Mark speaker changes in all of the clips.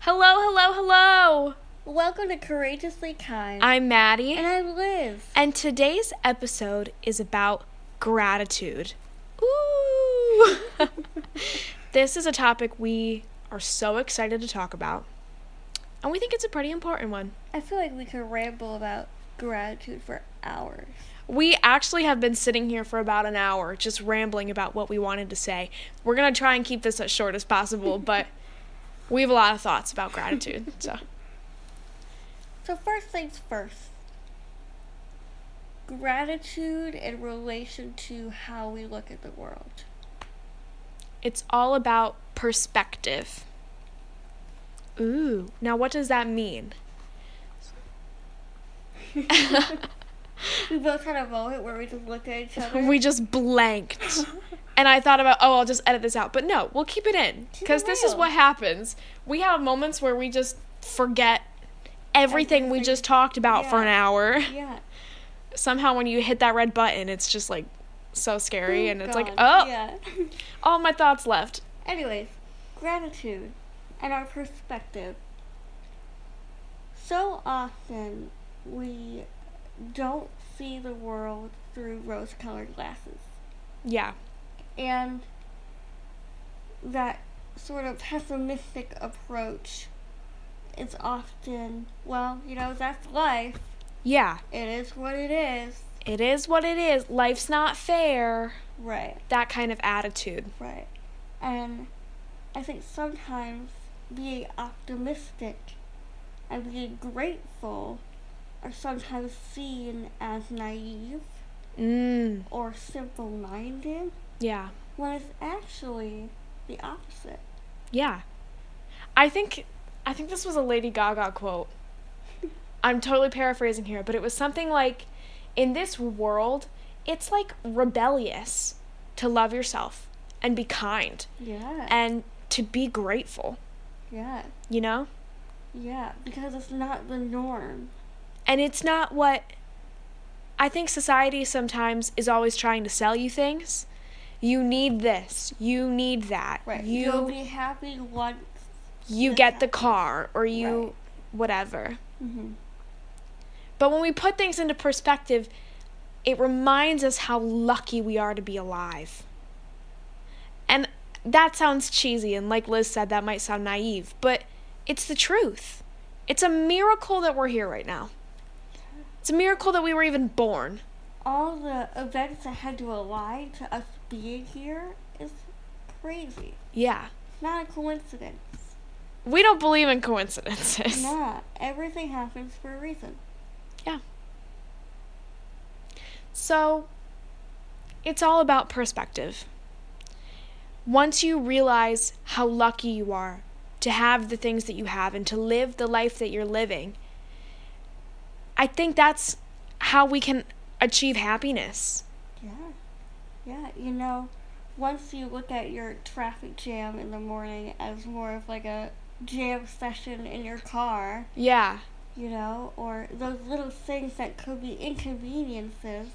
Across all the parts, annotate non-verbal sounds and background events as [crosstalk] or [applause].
Speaker 1: Hello, hello, hello.
Speaker 2: Welcome to Courageously Kind.
Speaker 1: I'm Maddie,
Speaker 2: and I'm Liz.
Speaker 1: and today's episode is about gratitude. Ooh. [laughs] this is a topic we are so excited to talk about, and we think it's a pretty important one.
Speaker 2: I feel like we could ramble about gratitude for hours.
Speaker 1: We actually have been sitting here for about an hour just rambling about what we wanted to say. We're going to try and keep this as short as possible, but we have a lot of thoughts about gratitude. So,
Speaker 2: So, first things first gratitude in relation to how we look at the world.
Speaker 1: it's all about perspective. Ooh, now what does that mean?
Speaker 2: We both had a moment where we just looked at each other.
Speaker 1: We just
Speaker 2: [laughs]
Speaker 1: blanked. And I thought about, oh, I'll just edit this out. But no, we'll keep it in because this is
Speaker 2: real.
Speaker 1: what happens. We have moments where we just forget everything we
Speaker 2: Everything.
Speaker 1: just talked about for an
Speaker 2: Yeah.
Speaker 1: hour.
Speaker 2: yeah.
Speaker 1: somehow when you hit that red button, it's just like so scary, and it's like,
Speaker 2: Gone.
Speaker 1: oh,
Speaker 2: Yeah. [laughs]
Speaker 1: all my thoughts left.
Speaker 2: Anyways, gratitude and our perspective. So often we don't see the world through rose colored glasses.
Speaker 1: Yeah,
Speaker 2: And that sort of pessimistic approach is often, well, you know, that's life.
Speaker 1: yeah,
Speaker 2: It is what it is.
Speaker 1: it is what it is. Life's not fair.
Speaker 2: Right.
Speaker 1: That kind of attitude.
Speaker 2: Right. And I think sometimes being optimistic and being grateful are sometimes seen as naive
Speaker 1: Mm,
Speaker 2: or simple minded
Speaker 1: yeah,
Speaker 2: when it's actually the opposite.
Speaker 1: yeah. I think, I think this was a Lady Gaga quote. I'm totally paraphrasing here, but it was something like, in this world, it's like rebellious to love yourself and be kind
Speaker 2: Yeah.
Speaker 1: and to be grateful.
Speaker 2: yeah.
Speaker 1: You know.
Speaker 2: Yeah. Because it's not the norm.
Speaker 1: and it's not what I think society sometimes is always trying to sell you things. You need this, you need that.
Speaker 2: You, will
Speaker 1: You
Speaker 2: be happy once.
Speaker 1: you
Speaker 2: this
Speaker 1: get the
Speaker 2: happens.
Speaker 1: car or you
Speaker 2: Right.
Speaker 1: whatever.
Speaker 2: Mhm.
Speaker 1: But when we put things into perspective, it reminds us how lucky we are to be alive. And that sounds cheesy, and like Liz said, that might sound naive, but it's the truth. It's a miracle that we're here right now. It's a miracle that we were even born.
Speaker 2: All the events that had to align to us being here is crazy.
Speaker 1: Yeah.
Speaker 2: It's not a coincidence.
Speaker 1: We don't believe in coincidences.
Speaker 2: Nah, everything happens for a reason.
Speaker 1: So, it's all about perspective. Once you realize how lucky you are to have the things that you have and to live the life that you're living, I think that's how we can achieve happiness.
Speaker 2: Yeah. Yeah, you know, once you look at your traffic jam in the morning as more of like a jam session in your car,
Speaker 1: Yeah.
Speaker 2: you know, or those little things that could be inconveniences,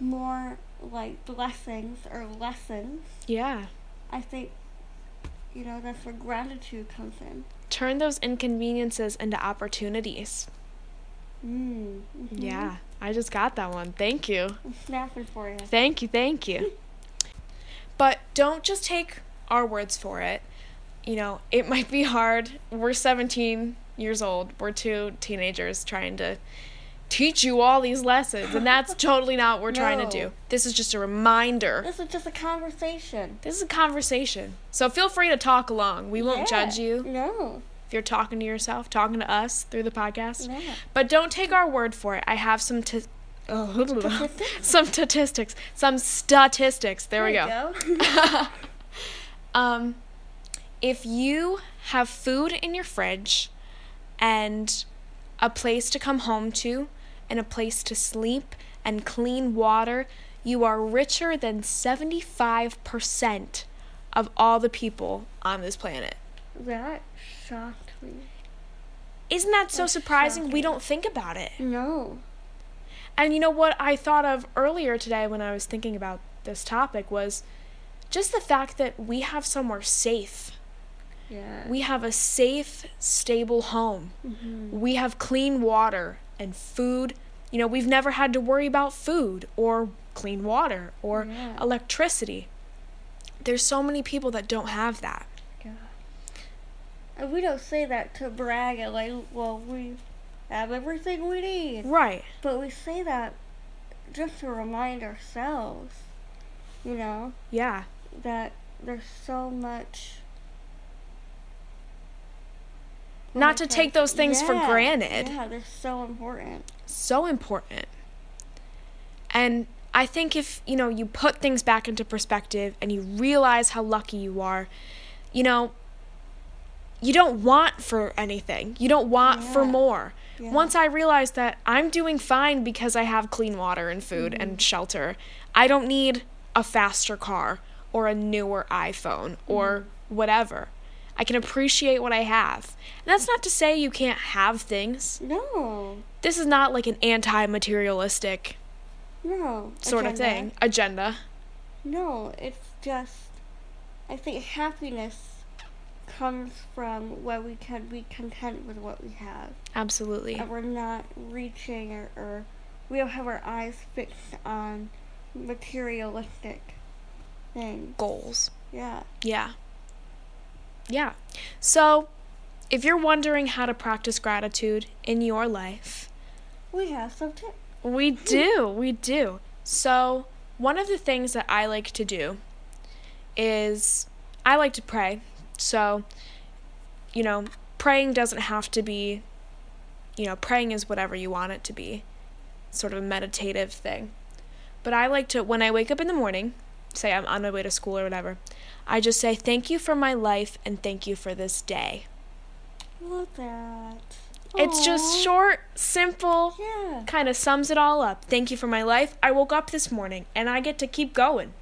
Speaker 2: more like blessings or lessons,
Speaker 1: Yeah.
Speaker 2: I think, you know, that's where gratitude comes in.
Speaker 1: Turn those inconveniences into opportunities.
Speaker 2: Mm. mhm.
Speaker 1: Yeah. I just got that one. Thank you.
Speaker 2: I'm [laughs] snapping for you.
Speaker 1: Thank you, thank you. but don't just take our words for it. You know, it might be hard. We're 17 years old. We're two teenagers trying to teach you all these lessons, and
Speaker 2: [laughs]
Speaker 1: that's totally not what we're trying
Speaker 2: No.
Speaker 1: to do. This is just a reminder.
Speaker 2: This is just a conversation.
Speaker 1: This is a conversation. So feel free to talk along. We won't
Speaker 2: Yeah.
Speaker 1: judge you
Speaker 2: No.
Speaker 1: if you're talking to yourself, talking to us through the podcast.
Speaker 2: Yeah.
Speaker 1: But don't take our word for it. I have some t- [laughs] some statistics, some statistics. [laughs] There, we
Speaker 2: There
Speaker 1: go.
Speaker 2: you
Speaker 1: [laughs] um, if you have food in your fridge and a place to come home to and a place to sleep and clean water, you are richer than 75% of all the people on this planet.
Speaker 2: That shocked me.
Speaker 1: Isn't that so
Speaker 2: That's
Speaker 1: surprising? We
Speaker 2: shocking.
Speaker 1: don't think about it.
Speaker 2: No.
Speaker 1: And you know what I thought of earlier today when I was thinking about this topic was just the fact that we have somewhere safe
Speaker 2: Yeah.
Speaker 1: We have a safe, stable home.
Speaker 2: Mhm.
Speaker 1: We have clean water and food. You know, we've never had to worry about food or clean water or
Speaker 2: Yeah.
Speaker 1: electricity. There's so many people that don't have that.
Speaker 2: And Uh, we don't say that to brag and like, well, we have everything we need.
Speaker 1: Right.
Speaker 2: But we say that just to remind ourselves, you know,
Speaker 1: Yeah.
Speaker 2: that there's so much.
Speaker 1: Not to take those things for
Speaker 2: Yeah,
Speaker 1: granted.
Speaker 2: Yeah, they're so important.
Speaker 1: so important. And I think if, you know, you put things back into perspective and you realize how lucky you are, you know, you don't want for anything. You don't want for
Speaker 2: Yeah.
Speaker 1: more.
Speaker 2: Yeah.
Speaker 1: Once I realized that I'm doing fine because I have clean water and food
Speaker 2: Mm-hmm.
Speaker 1: and shelter, I don't need a faster car or a newer iPhone or
Speaker 2: Mm-hmm.
Speaker 1: whatever. I can appreciate what I have. And that's not to say you can't have things
Speaker 2: No,
Speaker 1: this is not like an anti-materialistic
Speaker 2: no.
Speaker 1: sort of
Speaker 2: agenda.
Speaker 1: thing agenda
Speaker 2: No, it's just. I think happiness comes from where we can be content with what we have.
Speaker 1: absolutely
Speaker 2: And we're not reaching or, or we don't have our eyes fixed on materialistic things.
Speaker 1: goals
Speaker 2: Yeah.
Speaker 1: yeah yeah so if you're wondering how to practice gratitude in your life
Speaker 2: We have some tips.
Speaker 1: we do we do so one of the things that i like to do is i like to pray so you know praying doesn't have to be you know praying is whatever you want it to be sort of a meditative thing. But I like to, when I wake up in the morning, say I'm on my way to school or whatever, I just say, Thank you for my life and thank you for this day.
Speaker 2: Love that.
Speaker 1: It's just
Speaker 2: Aw.
Speaker 1: short, simple,
Speaker 2: Yeah.
Speaker 1: kind of sums it all up. Thank you for my life. I woke up this morning and I get to keep going.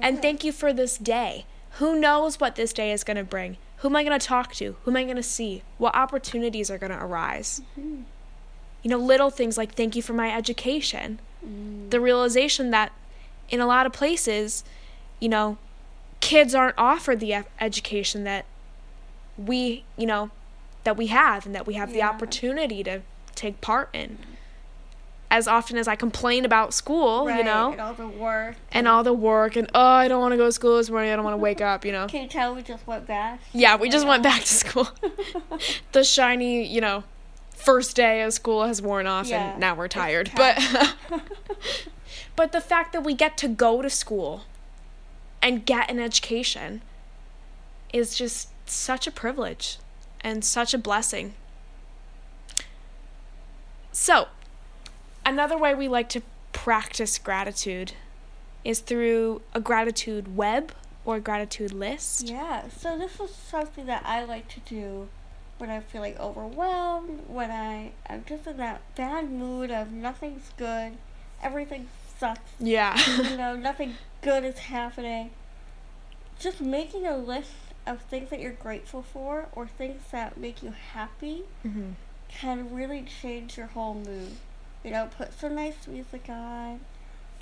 Speaker 1: And thank you for this day. Who knows what this day is going to bring? Who am I going to talk to? Who am I going to see? What opportunities are going to arise?
Speaker 2: Mhm.
Speaker 1: You know, little things like thank you for my education.
Speaker 2: Mm.
Speaker 1: the realization that in a lot of places, you know, kids aren't offered the e- education that we, you know, that we have and that we have the
Speaker 2: Yeah.
Speaker 1: opportunity to take part in. As often as I complain about school,
Speaker 2: Right,
Speaker 1: you know,
Speaker 2: And all the work.
Speaker 1: and all the work and oh, I don't want to go to school this morning, I don't want to wake up, you know.
Speaker 2: Can you tell we just went back?
Speaker 1: Yeah, we just went back to
Speaker 2: [laughs]
Speaker 1: school. the shiny, you know, first day of school has worn off
Speaker 2: Yeah,
Speaker 1: and now we're
Speaker 2: it's
Speaker 1: tired.
Speaker 2: tough. [laughs]
Speaker 1: But but the fact that we get to go to school and get an education is just such a privilege and such a blessing. So, another way we like to practice gratitude is through a gratitude web or a gratitude list.
Speaker 2: Yeah, so this is something that I like to do when I'm feeling overwhelmed, when I, I'm just in that bad mood of nothing's good, everything sucks,
Speaker 1: Yeah. [laughs]
Speaker 2: you know, nothing good is happening. Just making a list of things that you're grateful for or things that make you happy
Speaker 1: Mhm.
Speaker 2: can really change your whole mood. You know, put some nice music on,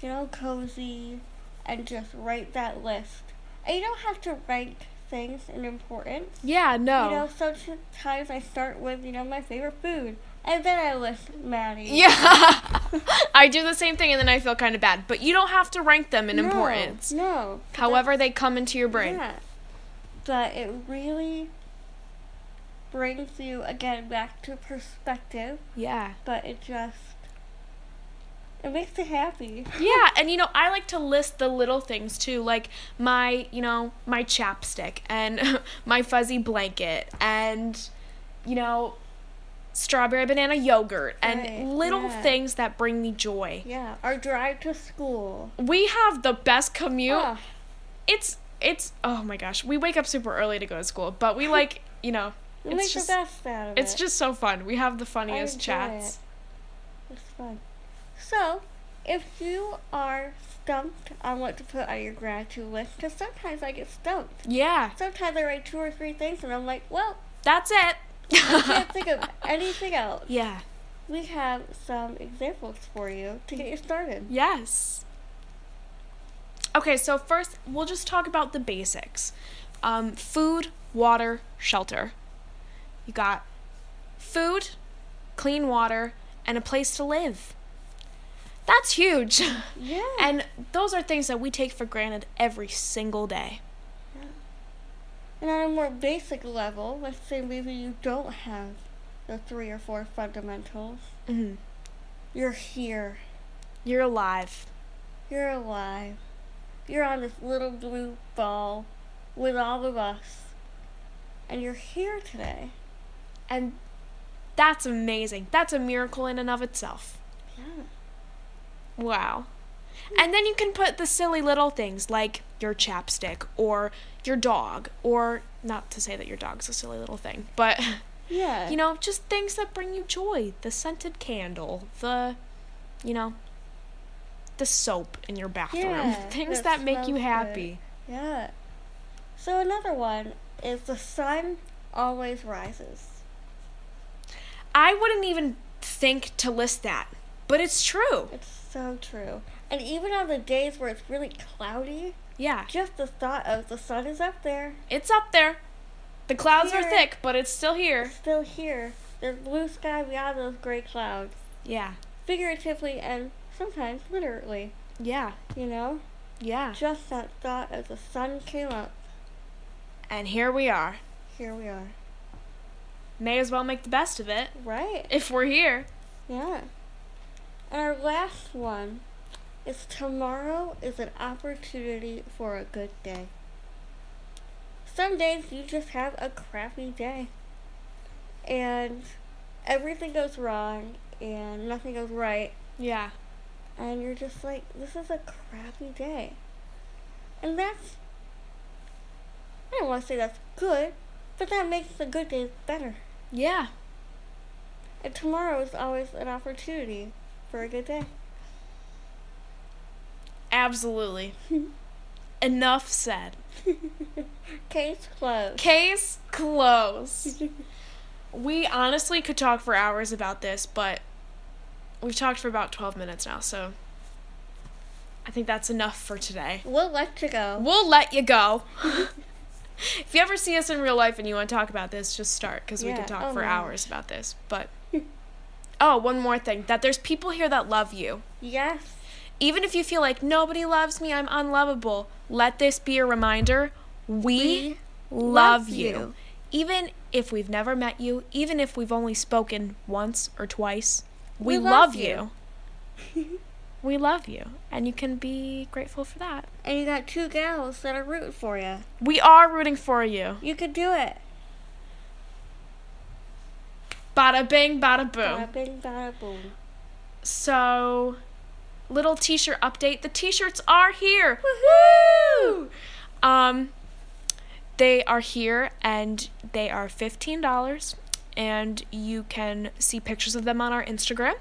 Speaker 2: get all cozy, and just write that list. And you don't have to rank things in importance.
Speaker 1: Yeah, no.
Speaker 2: You know, sometimes I start with, you know, my favorite food, and then I list Maddie.
Speaker 1: yeah. [laughs] I do the same thing and then I feel kind of bad. But you don't have to rank them in
Speaker 2: No,
Speaker 1: importance.
Speaker 2: No.
Speaker 1: However, they come into your brain.
Speaker 2: Yeah. But it really brings you, again, back to perspective,
Speaker 1: Yeah.
Speaker 2: but it just, it makes it happy.
Speaker 1: Yeah, and you know, I like to list the little things too, like my, you know, my chapstick and [laughs] my fuzzy blanket and you know, strawberry banana yogurt and
Speaker 2: Right,
Speaker 1: little
Speaker 2: yeah.
Speaker 1: things that bring me joy.
Speaker 2: Yeah, our drive to school.
Speaker 1: We have the best commute.
Speaker 2: Ah,
Speaker 1: It's it's oh my gosh. We wake up super early to go to school, but
Speaker 2: [laughs]
Speaker 1: we like, you know,
Speaker 2: we
Speaker 1: it's
Speaker 2: make
Speaker 1: just
Speaker 2: the best out of
Speaker 1: It's
Speaker 2: it.
Speaker 1: just so fun. We have the funniest
Speaker 2: enjoy
Speaker 1: chats.
Speaker 2: It's fun. So, if you are stumped on what to put on your gratitude list, because sometimes I get stumped.
Speaker 1: Yeah,
Speaker 2: Sometimes I write two or three things and I'm like, well,
Speaker 1: that's it.
Speaker 2: I
Speaker 1: [laughs]
Speaker 2: can't think of anything else.
Speaker 1: yeah.
Speaker 2: We have some examples for you to get you started.
Speaker 1: Yes. Okay, so first we'll just talk about the basics. Um, food, water, shelter. You got food, clean water, and a place to live. That's
Speaker 2: [laughs]
Speaker 1: huge.
Speaker 2: Yeah.
Speaker 1: And those are things that we take for granted every single day.
Speaker 2: And on a more basic level, let's say maybe you don't have the three or four fundamentals.
Speaker 1: Mm-hmm.
Speaker 2: You're here.
Speaker 1: You're alive.
Speaker 2: You're alive. You're on this little blue ball with all of us. And you're here today.
Speaker 1: And that's amazing. That's a miracle in and of itself.
Speaker 2: Yeah.
Speaker 1: Wow. And then you can put the silly little things like your chapstick or your dog, or not to say that your dog's a silly little thing,
Speaker 2: [laughs]
Speaker 1: but
Speaker 2: Yeah.
Speaker 1: you know, just things that bring you joy. The scented candle, the, you know, the soap in your bathroom,
Speaker 2: Yeah,
Speaker 1: [laughs] things
Speaker 2: that
Speaker 1: that make you
Speaker 2: smells good.
Speaker 1: happy.
Speaker 2: Yeah. So another one is the sun always rises.
Speaker 1: I wouldn't even think to list that, but it's true.
Speaker 2: It's so true. And even on the days where it's really cloudy,
Speaker 1: Yeah,
Speaker 2: just the thought of the sun is up there,
Speaker 1: it's up there. The clouds are
Speaker 2: Here.
Speaker 1: thick, but it's still here.
Speaker 2: it's still here. There's blue sky beyond those gray clouds.
Speaker 1: Yeah,
Speaker 2: Figuratively and sometimes literally,
Speaker 1: yeah,
Speaker 2: you know?
Speaker 1: yeah.
Speaker 2: Just that thought of the sun came up.
Speaker 1: And here we are.
Speaker 2: Here we are.
Speaker 1: May as well make the best of it
Speaker 2: Right.
Speaker 1: if we're here.
Speaker 2: Yeah. And our last one is tomorrow is an opportunity for a good day. Some days you just have a crappy day. And everything goes wrong and nothing goes right.
Speaker 1: Yeah,
Speaker 2: And you're just like, this is a crappy day. And that's, I don't want to say that's good, but that makes the good days better.
Speaker 1: yeah.
Speaker 2: And tomorrow is always an opportunity for a good day.
Speaker 1: [laughs] Absolutely. Enough said.
Speaker 2: Case closed.
Speaker 1: Case [laughs] closed. we honestly could talk for hours about this, but we've talked for about 12 minutes now, so I think that's enough for today.
Speaker 2: We'll let you go.
Speaker 1: We'll let you go. if you ever see us in real life and you want to talk about this, just start because we
Speaker 2: Yeah,
Speaker 1: could talk
Speaker 2: oh
Speaker 1: for
Speaker 2: my
Speaker 1: hours about this. But oh, one more thing that there's people here that love you.
Speaker 2: Yes.
Speaker 1: Even if you feel like nobody loves me, I'm unlovable, let this be a reminder we, love
Speaker 2: love
Speaker 1: you.
Speaker 2: you.
Speaker 1: Even if we've never met you, even if we've only spoken once or twice, we,
Speaker 2: We
Speaker 1: love,
Speaker 2: love
Speaker 1: you.
Speaker 2: [laughs]
Speaker 1: we love you. And you can be grateful for that.
Speaker 2: And you got two gals that are rooting for you.
Speaker 1: We are rooting for you.
Speaker 2: You could do it.
Speaker 1: Bada bing, bada boom.
Speaker 2: Bada bing, bada boom.
Speaker 1: So, little t-shirt update. The t-shirts are here. Woohoo! Um, they are here and they are fifteen dollars, and you can see pictures of them on our Instagram.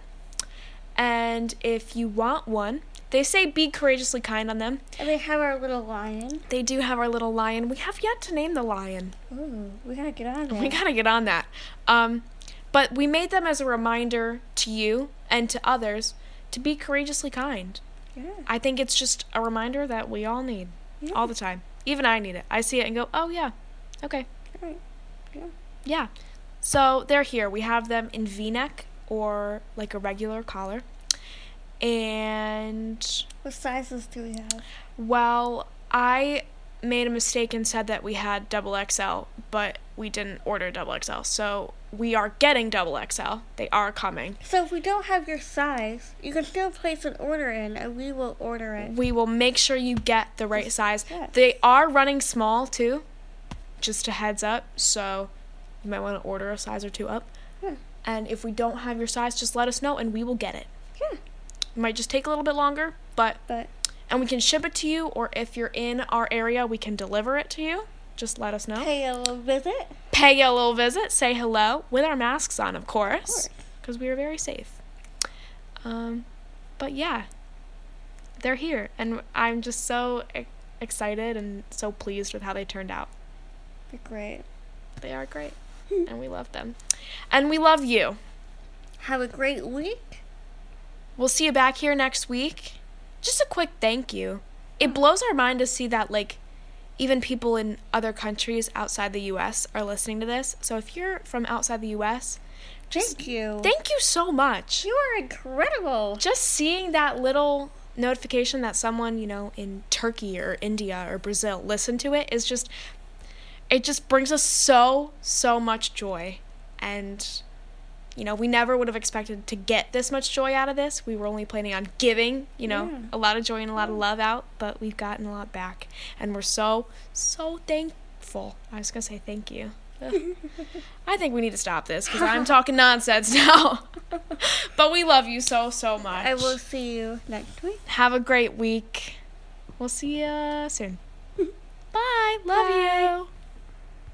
Speaker 1: And if you want one, they say be courageously kind on them.
Speaker 2: And we have our little lion.
Speaker 1: They do have our little lion. We have yet to name the lion.
Speaker 2: Ooh, we gotta get on there.
Speaker 1: We gotta get on that. Um, but we made them as a reminder to you and to others to be courageously kind.
Speaker 2: yeah.
Speaker 1: I think it's just a reminder that we all need
Speaker 2: yeah.
Speaker 1: all the time. Even I need it. I see it and go, oh, yeah, okay,
Speaker 2: Right. Yeah.
Speaker 1: yeah. So they're here. We have them in v neck or like a regular collar. And,
Speaker 2: What sizes do we have?
Speaker 1: well, I made a mistake and said that we had double XL, but we didn't order double XL. So we are getting double XL. They are coming.
Speaker 2: So if we don't have your size, you can still place an order in, and we will order it.
Speaker 1: We will make sure you get the right size.
Speaker 2: Yeah.
Speaker 1: They are running small too, just a heads up. So you might want to order a size or two up.
Speaker 2: Yeah.
Speaker 1: And if we don't have your size, just let us know and we will get it.
Speaker 2: Yeah.
Speaker 1: It might just take a little bit longer, but
Speaker 2: But
Speaker 1: and we can ship it to you, or if you're in our area, we can deliver it to you. Just let us know.
Speaker 2: pay a little visit.
Speaker 1: Pay you a little visit, say hello with our masks on, of
Speaker 2: course.
Speaker 1: course, because we are very safe. Um, but yeah, they're here, and I'm just so e- excited and so pleased with how they turned out.
Speaker 2: Be great.
Speaker 1: They are great, and we love them, and we love you.
Speaker 2: Have a great week.
Speaker 1: We'll see you back here next week. Just a quick thank you. It blows our mind to see that like even people in other countries outside the US are listening to this. So if you're from outside the US, just
Speaker 2: Thank you.
Speaker 1: thank you so much.
Speaker 2: you are incredible.
Speaker 1: Just seeing that little notification that someone, you know, in Turkey or India or Brazil listened to it is just it just brings us so so much joy and you know, we never would have expected to get this much joy out of this. We were only planning on giving, you know,
Speaker 2: Yeah.
Speaker 1: a lot of joy and a lot of love out, but we've gotten a lot back. And we're so, so thankful. I was going to say thank
Speaker 2: [laughs]
Speaker 1: you. Ugh. I think we need to stop this because I'm talking nonsense [laughs] now. but we love you so, so much.
Speaker 2: I will see you next week.
Speaker 1: Have
Speaker 2: [laughs]
Speaker 1: a great week. We'll see you soon. Bye. Love
Speaker 2: Bye.
Speaker 1: you.